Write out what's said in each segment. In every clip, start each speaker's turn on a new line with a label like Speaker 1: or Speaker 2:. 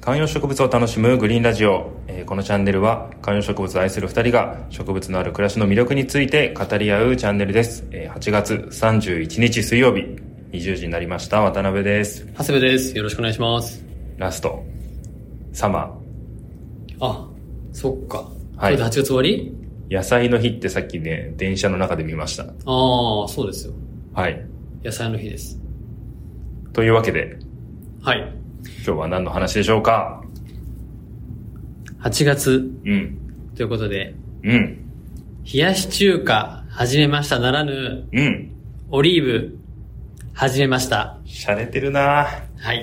Speaker 1: 観葉植物を楽しむグリーンラジオ、えーこのチャンネルは観葉植物を愛する2人が植物のある暮らしの魅力について語り合うチャンネルです、えー8月31日水曜日20時になりました渡辺です
Speaker 2: 長谷部です。よろしくお願いします。
Speaker 1: ラストサマ
Speaker 2: あ、そっか。
Speaker 1: は
Speaker 2: はいい。8月終わり
Speaker 1: ー野菜の日ってさっきね電車の中で見ました
Speaker 2: ああ、そうですよ。
Speaker 1: はい
Speaker 2: 野菜の日です。
Speaker 1: というわけで
Speaker 2: はい。
Speaker 1: 今日は何の話でしょうか
Speaker 2: 8月
Speaker 1: うん
Speaker 2: ということで、
Speaker 1: うん
Speaker 2: 冷やし中華始めましたならぬ、
Speaker 1: うん
Speaker 2: オリーブ始めました。
Speaker 1: 洒落てるなぁ
Speaker 2: はい。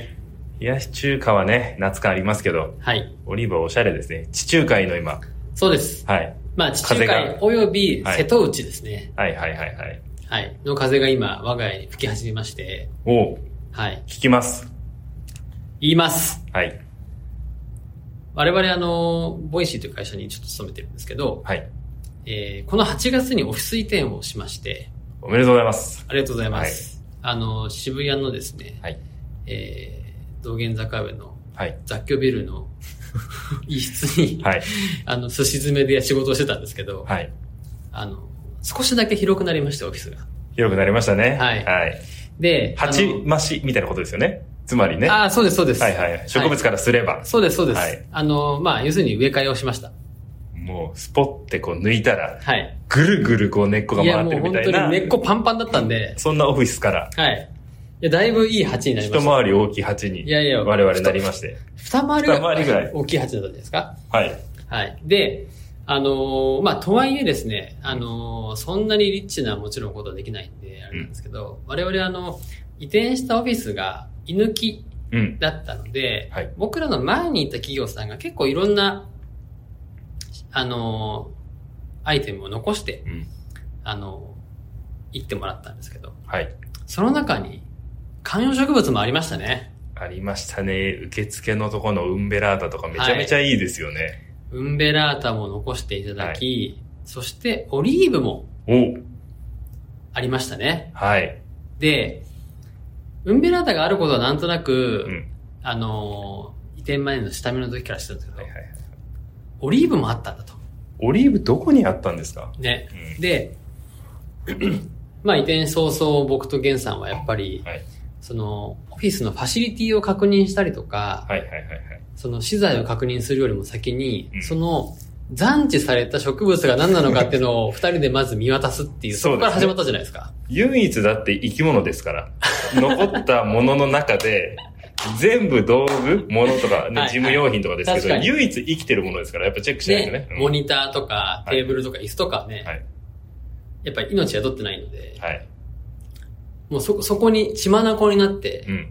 Speaker 1: 冷やし中華はね夏感ありますけど
Speaker 2: はい。
Speaker 1: オリーブはおしゃれですね地中海の今
Speaker 2: そうです。
Speaker 1: はい
Speaker 2: まあ、地中
Speaker 1: 風が
Speaker 2: 海および
Speaker 1: はい
Speaker 2: 瀬戸内ですね。
Speaker 1: はいはいはいはい。
Speaker 2: はい。の風が今、我が家に吹き始めまして、
Speaker 1: おう
Speaker 2: はい。
Speaker 1: 聞きます。
Speaker 2: 言います。
Speaker 1: はい。
Speaker 2: 我々、あの、ボイシーという会社にちょっと勤めてるんですけど、
Speaker 1: はい。
Speaker 2: えーこの8月にオフィス移転をしまして、
Speaker 1: おめでとうございます。
Speaker 2: ありがとうございます。あの、渋谷のですね、
Speaker 1: はい。
Speaker 2: えー道玄坂上の
Speaker 1: はい。
Speaker 2: 雑居ビル の一室に、
Speaker 1: はい。
Speaker 2: あの、すし詰めで仕事をしてたんですけど、
Speaker 1: はい。
Speaker 2: あの、少しだけ広くなりました、オフィスが。
Speaker 1: 広くなりましたね。
Speaker 2: はい
Speaker 1: はい。
Speaker 2: で、
Speaker 1: 鉢増しみたいなことですよね。つまりね。
Speaker 2: あの
Speaker 1: は
Speaker 2: あー、そうです、そうで
Speaker 1: い
Speaker 2: す。
Speaker 1: はい。植物からすれば、
Speaker 2: そうです、そうです。
Speaker 1: はい
Speaker 2: あの、まあ、要するに植え替えをしました。
Speaker 1: もうスポってこう抜いたら、
Speaker 2: はい。
Speaker 1: ぐるぐるこう根っこが
Speaker 2: いや、
Speaker 1: 回っ
Speaker 2: も
Speaker 1: て
Speaker 2: う
Speaker 1: るみた
Speaker 2: 本当
Speaker 1: い
Speaker 2: に
Speaker 1: な。
Speaker 2: 根っこパンパンだったんで、
Speaker 1: そんなオフィスから、
Speaker 2: はい。いや、だいぶいい鉢になり
Speaker 1: 一
Speaker 2: ました。
Speaker 1: 回り大きい鉢に、
Speaker 2: いやいや
Speaker 1: 我々なりまして。
Speaker 2: 二回りぐ
Speaker 1: 二回りぐら
Speaker 2: ら
Speaker 1: い
Speaker 2: い大きい鉢だったんじゃないですか。
Speaker 1: はい。
Speaker 2: はい。で、あのーまあ、とはいえですね、あのーそんなにリッチなもちろんことはできないんで、あれなんですけど、我々あの、移転したオフィスが居抜き
Speaker 1: うん。
Speaker 2: だったので、
Speaker 1: はい
Speaker 2: 僕らの前にいた企業さんが結構いろんな、あのーアイテムを残して、
Speaker 1: うん。
Speaker 2: あのー行ってもらったんですけど、
Speaker 1: はい。
Speaker 2: その中に、観葉植物もありましたね。
Speaker 1: ありましたね。受付のとこのウンベラータとかめちゃめちゃいいですよね。
Speaker 2: ウンベラータも残していただき、そしてオリーブも
Speaker 1: おう
Speaker 2: ありましたね。
Speaker 1: はい。
Speaker 2: で、ウンベラータがあることはなんとなく、
Speaker 1: うん。
Speaker 2: あのー、移転前の下見の時から知ってたんですけど、
Speaker 1: はいはいはい。
Speaker 2: オリーブもあったんだと。
Speaker 1: オリーブどこにあったんですか
Speaker 2: ね。
Speaker 1: うん
Speaker 2: で、 まあ移転早々僕とゲンさんはやっぱり、
Speaker 1: はい
Speaker 2: その、オフィスのファシリティを確認したりとか、
Speaker 1: はいはいはいはい。
Speaker 2: その資材を確認するよりも先に、
Speaker 1: うん
Speaker 2: その、残地された植物が何なのかっていうのを二人でまず見渡すっていう、そこから
Speaker 1: そうですね
Speaker 2: 始まったじゃないですか。
Speaker 1: 唯一だって生き物です から。残ったものの中で、全部道具、物とか、ね
Speaker 2: はい
Speaker 1: 事務用品とかですけど、
Speaker 2: 確かに
Speaker 1: 唯一生きてるものですから、やっぱチェックしないとね
Speaker 2: で。
Speaker 1: う、ん
Speaker 2: モニターとか
Speaker 1: い
Speaker 2: テーブルとか椅子とかね、
Speaker 1: はい
Speaker 2: やっぱり命宿ってないので、
Speaker 1: はい。
Speaker 2: もうそ、そこに血眼になって
Speaker 1: う、ん。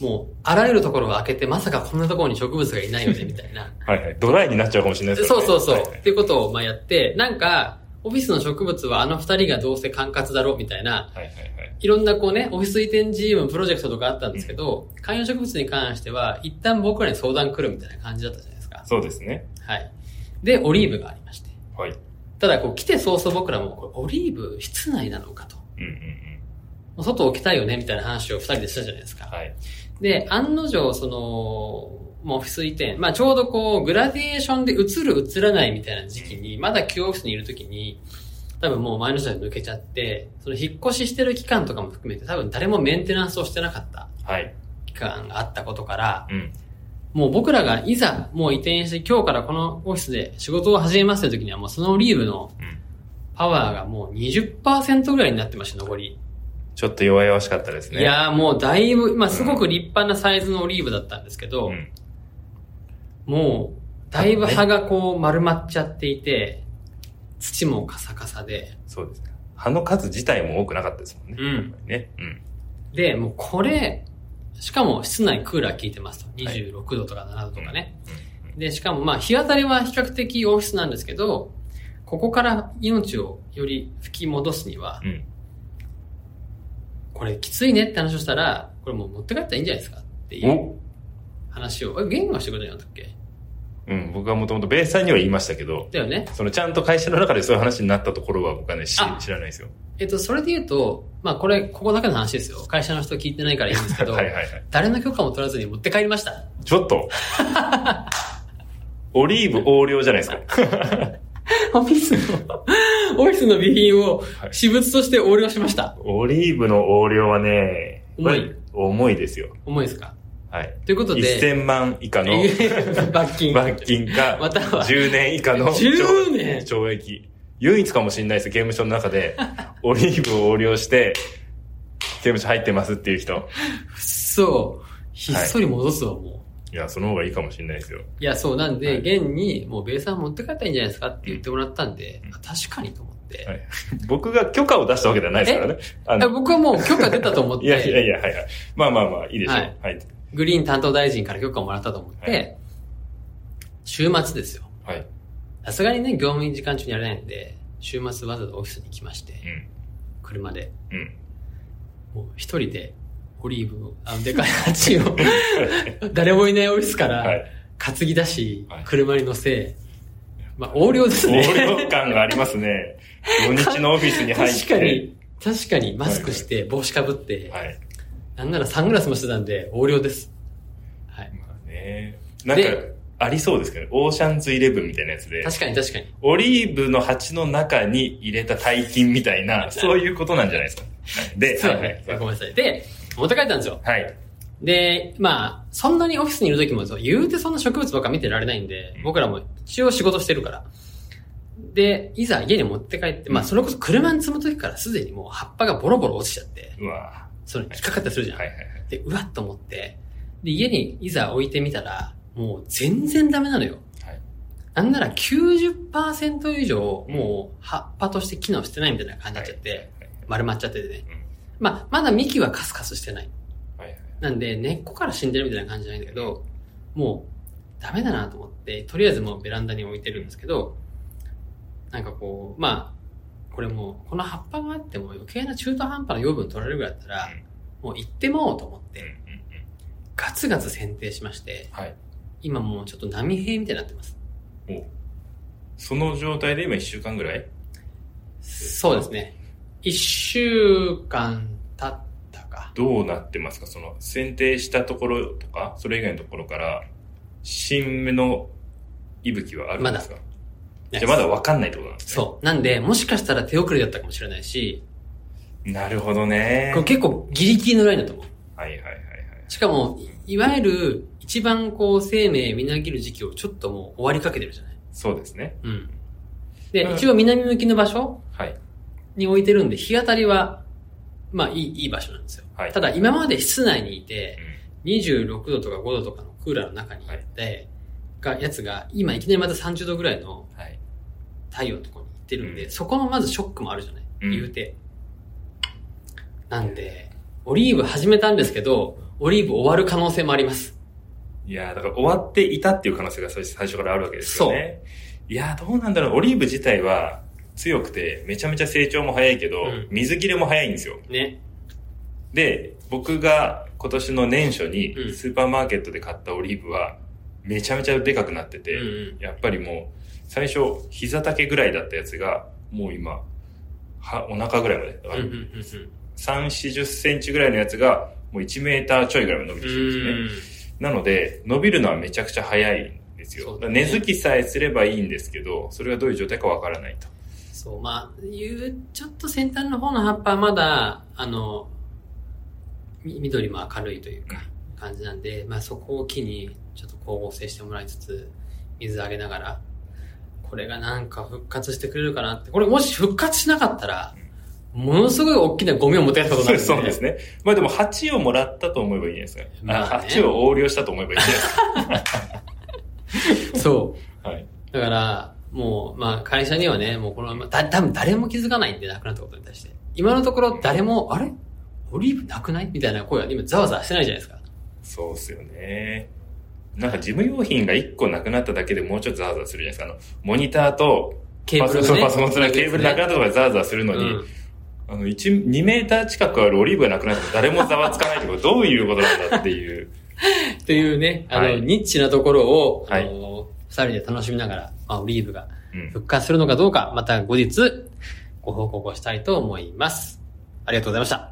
Speaker 2: もう、あらゆるところを開けて、まさかこんなところに植物がいな いよね、みたいな。
Speaker 1: はいはい。ドライになっちゃうかもしれないですか
Speaker 2: そ
Speaker 1: ら
Speaker 2: う
Speaker 1: ね。
Speaker 2: そうそう。
Speaker 1: はい
Speaker 2: っていうことをまあやって、なんか、オフィスの植物はあの二人がどうせ管轄だろう、みたいな、
Speaker 1: はいはいはい。
Speaker 2: いろんなこうね、オフィス移転 GM プロジェクトとかあったんですけど、観葉植物に関しては、一旦僕らに相談来るみたいな感じだったじゃないですか。
Speaker 1: そうですね。
Speaker 2: はい。で、オリーブがありまして。
Speaker 1: はい。
Speaker 2: ただ、こう来て早々僕らも、これオリーブ室内なのかと。
Speaker 1: うんうんうん。
Speaker 2: もう外置きたいよね、みたいな話を二人でしたじゃないですか。
Speaker 1: はい。
Speaker 2: で、案の定、その、まあ、オフィス移転、まあ、ちょうどこう、グラデーションで映る映らないみたいな時期に、まだ旧オフィスにいる時に、多分もう前の人に抜けちゃって、その引っ越ししてる期間とかも含めて、多分誰もメンテナンスをしてなかった
Speaker 1: はい。
Speaker 2: 期間があったことから、
Speaker 1: うん。
Speaker 2: もう僕らがいざ、もう移転して今日からこのオフィスで仕事を始めますという時には、もうそのオリーブの
Speaker 1: うん
Speaker 2: パワーがもう20%ぐらいになってました、残り。
Speaker 1: ちょっと弱々しかったですね。
Speaker 2: いやーもうだいぶ、まあ、すごく立派なサイズのオリーブだったんですけど、
Speaker 1: うん。
Speaker 2: もう、だいぶ葉がこう丸まっちゃっていて、土もカサカサで、
Speaker 1: そうですね。葉の数自体も多くなかったですもんね。
Speaker 2: うん
Speaker 1: やっぱりね。うん。
Speaker 2: で、もうこれ、しかも室内クーラー効いてますと。
Speaker 1: い
Speaker 2: 26度とか7度とかね。
Speaker 1: うんうん
Speaker 2: で、しかもまあ日当たりは比較的オフィスなんですけど、ここから命をより吹き戻すには、
Speaker 1: うん。
Speaker 2: これきついねって話をしたら、これもう持って帰ったらいいんじゃないですかっていう
Speaker 1: お
Speaker 2: 話を、え、言語してくれなかったっけ
Speaker 1: うん、僕はもともとベイさんには言いましたけど、
Speaker 2: だよね。
Speaker 1: そのちゃんと会社の中でそういう話になったところは僕はね、し
Speaker 2: あ
Speaker 1: 知らないですよ。
Speaker 2: えっと、それで言うと、まあこれ、ここだけの話ですよ。会社の人聞いてないからいいんですけど、
Speaker 1: はいはいはい。
Speaker 2: 誰の許可も取らずに持って帰りました。
Speaker 1: ちょっと。オリーブ横領じゃないですか。
Speaker 2: オフィスの、 オフィスの備品を私物として横領しました。
Speaker 1: オリーブの横領はね、
Speaker 2: 重い。
Speaker 1: 重いですよ。
Speaker 2: 重いですか
Speaker 1: はい。
Speaker 2: ということで、
Speaker 1: 1000万以 下の
Speaker 2: 罰金。
Speaker 1: 罰金か、
Speaker 2: または
Speaker 1: 10年以下の
Speaker 2: 10年
Speaker 1: 懲役。唯一かもしれないです、刑務所の中 で。オリーブを横領して、刑務所入ってますっていう人。
Speaker 2: そう。ひっそり戻すわ、も
Speaker 1: いや、その方がいいかもしれないですよ。
Speaker 2: う。いや、そう、なん
Speaker 1: は
Speaker 2: で、
Speaker 1: い
Speaker 2: 現に、もう、ベイさん持って帰ったらいいんじゃないですかって言ってもらったんで、あ確かにと思って。
Speaker 1: はい僕が許可を出したわけではないですからね。あ
Speaker 2: いや
Speaker 1: の
Speaker 2: 僕はもう許可出たと思って、
Speaker 1: いやいやいや、はいはい。まあまあまあ、いいでしょう。
Speaker 2: は
Speaker 1: はいい。
Speaker 2: グリーン担当大臣から許可をもらったと思って、
Speaker 1: はい
Speaker 2: 週末ですよ。
Speaker 1: はい。
Speaker 2: さすがにね、業務員時間中にやれないんで、週末わざわざオフィスに来まして、車で、
Speaker 1: うん。うん。
Speaker 2: もう一人で、オリーブを、あの、でかい鉢 を、誰もいないオフィスか
Speaker 1: は
Speaker 2: ら
Speaker 1: い。
Speaker 2: 担ぎ出し、
Speaker 1: はい
Speaker 2: 車に乗せ、まあ、横領ですね。
Speaker 1: 横領感があります ね。土日のオフィスに入って。
Speaker 2: 確かに、確かにマスクして、帽子かぶって、
Speaker 1: はい。
Speaker 2: なんならサングラスもしてたんで、横領です。はい。
Speaker 1: まあね。なんか
Speaker 2: で、
Speaker 1: ありそうですけど、オーシャンズイレブンみたいなやつで、
Speaker 2: 確かに確かに。
Speaker 1: オリーブの鉢の中に入れた大金みたいな、そういうことなんじゃないですか。はいで、
Speaker 2: そう
Speaker 1: はい
Speaker 2: ね。ごめんなさい。で、持って帰ったんですよ。
Speaker 1: はい。
Speaker 2: で、まあ、そんなにオフィスにいる時も、そう言うてそんな植物ばっか見てられないんで
Speaker 1: うん、
Speaker 2: 僕らも一応仕事してるから。で、いざ家に持って帰って、まあ、それこそ車に積む時からすでにもう葉っぱがボロボロ落ちちゃって、
Speaker 1: うわ
Speaker 2: それ引っかかったりするじゃん。
Speaker 1: はいはいはい。
Speaker 2: で、うわっと思って、で、家にいざ置いてみたら、もう全然ダメなのよ。
Speaker 1: はい
Speaker 2: なんなら90%以上、もう葉っぱとして機能してないみたいな感じになっちゃって、丸まっちゃっててね。
Speaker 1: うん
Speaker 2: まあ、まだ幹はカスカスしてない。
Speaker 1: はいはい。
Speaker 2: なんで、根っこから死んでるみたいな感じじゃないんだけど、もう、ダメだなと思って、とりあえずもうベランダに置いてるんですけど、なんかこう、まあ、これもう、この葉っぱがあっても余計な中途半端な養分取られるぐらいだったら、もう行ってもうと思って、
Speaker 1: うんうんうん
Speaker 2: ガツガツ剪定しまして、
Speaker 1: はい。
Speaker 2: 今もうちょっと波平みたいになってます。
Speaker 1: その状態で今1週間ぐらい
Speaker 2: そうですね。一週間経ったか。
Speaker 1: どうなってますかその、剪定したところとか、それ以外のところから、新芽の息吹はあるんですかじゃあまだわかんないってことなんですね。
Speaker 2: そう。なんで、もしかしたら手遅れだったかもしれないし、
Speaker 1: なるほどね。
Speaker 2: これ結構ギリギリのラインだと思う。
Speaker 1: はいはいはいはい。
Speaker 2: しかも、いいわゆる、一番こう、生命みなぎる時期をちょっともう終わりかけてるじゃない
Speaker 1: そうですね。
Speaker 2: うん。で、
Speaker 1: うん
Speaker 2: 一応南向きの場所
Speaker 1: はい。
Speaker 2: に置いてるんで、日当たりは、まあ、いい、いい場所なんですよ。
Speaker 1: はい。
Speaker 2: ただ、今まで室内にいうて、
Speaker 1: ん
Speaker 2: 26度とか5度とかのクーラーの中にいて、が、やつが、今いきなりまた30度ぐらいの
Speaker 1: はい。
Speaker 2: 太陽のところに行ってるんで、
Speaker 1: うん
Speaker 2: そこのまずショックもあるじゃない、
Speaker 1: うん
Speaker 2: 言うて。なんで、オリーブ始めたんですけど、オリーブ終わる可能性もあります。
Speaker 1: いやーだから終わっていたっていう可能性が最最初からあるわけですよね。いやーどうなんだろう。オリーブ自体は強くて、めちゃめちゃ成長も早いけど、
Speaker 2: うん
Speaker 1: 水切れも早いんですよ。
Speaker 2: ね。
Speaker 1: で、僕が今年の年初に
Speaker 2: うん
Speaker 1: スーパーマーケットで買ったオリーブは、めちゃめちゃでかくなって
Speaker 2: う
Speaker 1: て、
Speaker 2: んうん。
Speaker 1: やっぱりもう、最初、膝丈ぐらいだったやつが、もう今、は、お腹ぐらいまで。だ
Speaker 2: うん
Speaker 1: か
Speaker 2: う
Speaker 1: ら
Speaker 2: んうんうん。
Speaker 1: 3、40センチぐらいのやつが、もう1メーターちょいぐらいまで伸びてきてるんですね。なので、伸びるのはめちゃくちゃ早いんですよ。
Speaker 2: そう
Speaker 1: だから
Speaker 2: だね
Speaker 1: 根付きさえすればいいんですけど、それがどういう状態かわからないと。
Speaker 2: そう、まあ、いう、ちょっと先端の方の葉っぱはまだ、あの、み緑も明るいというか、感じなんで、まあそこを機に、ちょっと光合成してもらいつつ、水あげながら、これがなんか復活してくれるかなって。これもし復活しなかったら、ものすごい大きなゴミを持って帰ったことになるん で。
Speaker 1: そうですね。まあでも、鉢をもらったと思えばいいんじゃないですか。
Speaker 2: まあね
Speaker 1: あ鉢を横領したと思えばいいんじゃないです
Speaker 2: そ
Speaker 1: か。はい。
Speaker 2: う。だから、もう、まあ会社にはね、もうこのまま、だ、多分誰も気づかないんで、なくなったことに対して。今のところ誰も、あれオリーブなくないみたいな声は今ざわざわしてないじゃないですか。
Speaker 1: そうっすよね。なんか事務用品が1個なくなっただけでもうちょっとザーザーするじゃないですか。あの、モニターと
Speaker 2: ケーブル
Speaker 1: パソ
Speaker 2: が、ね、
Speaker 1: パソコンつなぐケーブルなくなったとかでザーザーするのに、
Speaker 2: うん
Speaker 1: あの、1、2メーター近くあるオリーブがなくなっても誰もざわつかないってこと、どういうことなんだっていう。
Speaker 2: というね、あ
Speaker 1: は
Speaker 2: の、
Speaker 1: い
Speaker 2: ニッチなところを、
Speaker 1: はい
Speaker 2: あの、二人で楽しみながら、まあ、オリーブが
Speaker 1: うん。
Speaker 2: 復活するのかどうか、また後日、ご報告をしたいと思います。ありがとうございました。